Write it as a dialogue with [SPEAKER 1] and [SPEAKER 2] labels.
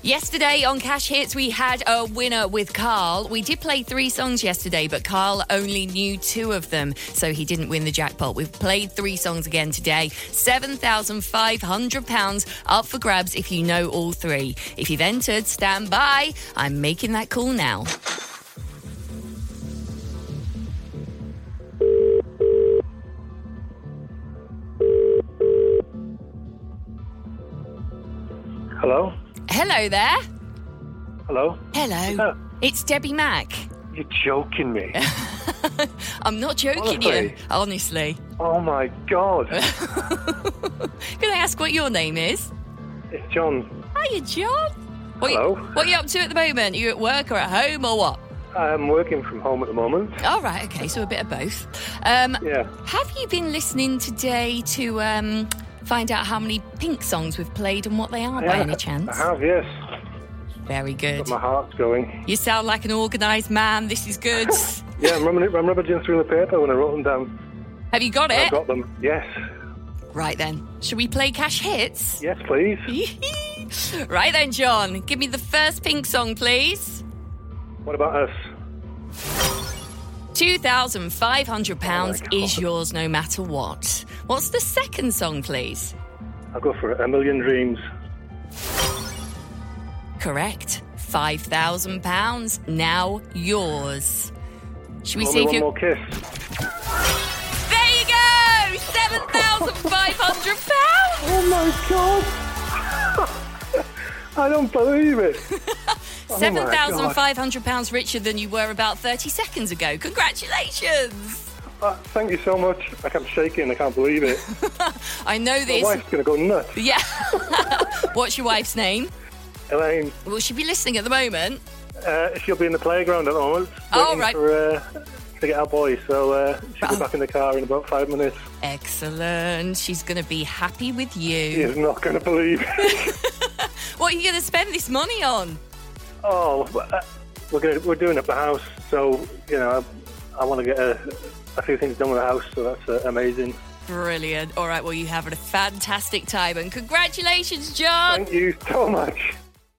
[SPEAKER 1] Yesterday on Cash Hits, we had a winner with Carl. We did play three songs yesterday, but Carl only knew two of them, so he didn't win the jackpot. We've played three songs again today. £7,500 up for grabs if you know all three. If you've entered, stand by. I'm making that call now.
[SPEAKER 2] Hello?
[SPEAKER 1] Hello there.
[SPEAKER 2] Hello?
[SPEAKER 1] Hello.
[SPEAKER 2] Yeah.
[SPEAKER 1] It's Debbie Mack.
[SPEAKER 2] You're joking me.
[SPEAKER 1] I'm not joking you,
[SPEAKER 2] Honestly?
[SPEAKER 1] honestly.
[SPEAKER 2] oh my god.
[SPEAKER 1] Can I ask what your name is?
[SPEAKER 2] It's John.
[SPEAKER 1] Hiya, John. What
[SPEAKER 2] Hello.
[SPEAKER 1] You, what are you up to at the moment? Are you at work or at home or what?
[SPEAKER 2] I'm working from home at the moment.
[SPEAKER 1] All right, okay, so a bit of both. Um,
[SPEAKER 2] Yeah.
[SPEAKER 1] Have you been listening today to um, find out how many pink songs we've played and what they are by
[SPEAKER 2] Yeah, Uh-huh.
[SPEAKER 1] any chance?
[SPEAKER 2] I have, yes.
[SPEAKER 1] Very good.
[SPEAKER 2] But my heart's going.
[SPEAKER 1] You sound like an organised man. This is good.
[SPEAKER 2] Yeah, I'm, rummaging, I'm rummaging through the paper when I wrote them down.
[SPEAKER 1] have you got
[SPEAKER 2] I've
[SPEAKER 1] it?
[SPEAKER 2] got them. Yes.
[SPEAKER 1] right then. Should we play cash hits?
[SPEAKER 2] Yes, please.
[SPEAKER 1] right then, John. Give me the first pink song, please.
[SPEAKER 2] What about us?
[SPEAKER 1] £2,500
[SPEAKER 2] Oh my
[SPEAKER 1] is
[SPEAKER 2] God.
[SPEAKER 1] yours no matter what. What's the second song, please?
[SPEAKER 2] I'll go for it. A Million Dreams.
[SPEAKER 1] Correct. £5,000 now yours. Should we
[SPEAKER 2] Only
[SPEAKER 1] see if
[SPEAKER 2] One
[SPEAKER 1] you.
[SPEAKER 2] More Kiss.
[SPEAKER 1] There you go! £7,500!
[SPEAKER 2] Oh my god. I don't believe it. Oh my God.
[SPEAKER 1] £7,500 richer than you were about 30 seconds ago. Congratulations!
[SPEAKER 2] Uh, Thank you so much. Like, I'm shaking. I can't believe it.
[SPEAKER 1] I know
[SPEAKER 2] My
[SPEAKER 1] this.
[SPEAKER 2] wife's going to go nuts.
[SPEAKER 1] Yeah. What's your wife's name?
[SPEAKER 2] Elaine.
[SPEAKER 1] Will she be listening at the moment?
[SPEAKER 2] Uh, she'll be in the playground at the moment.
[SPEAKER 1] Oh,
[SPEAKER 2] waiting
[SPEAKER 1] right.
[SPEAKER 2] For, uh, to get our boy, so uh, she'll
[SPEAKER 1] Oh.
[SPEAKER 2] be back in the car in about five minutes.
[SPEAKER 1] Excellent. She's going to be happy with
[SPEAKER 2] He
[SPEAKER 1] you.
[SPEAKER 2] is not going to believe. it.
[SPEAKER 1] What are you going to spend this money on?
[SPEAKER 2] oh, but, uh, we're gonna, we're doing up the house, so you know I, I want to get a, a few things done with the house, so that's uh, amazing.
[SPEAKER 1] Brilliant. All right, well, you have had a fantastic time and congratulations, John.
[SPEAKER 2] Thank you so much.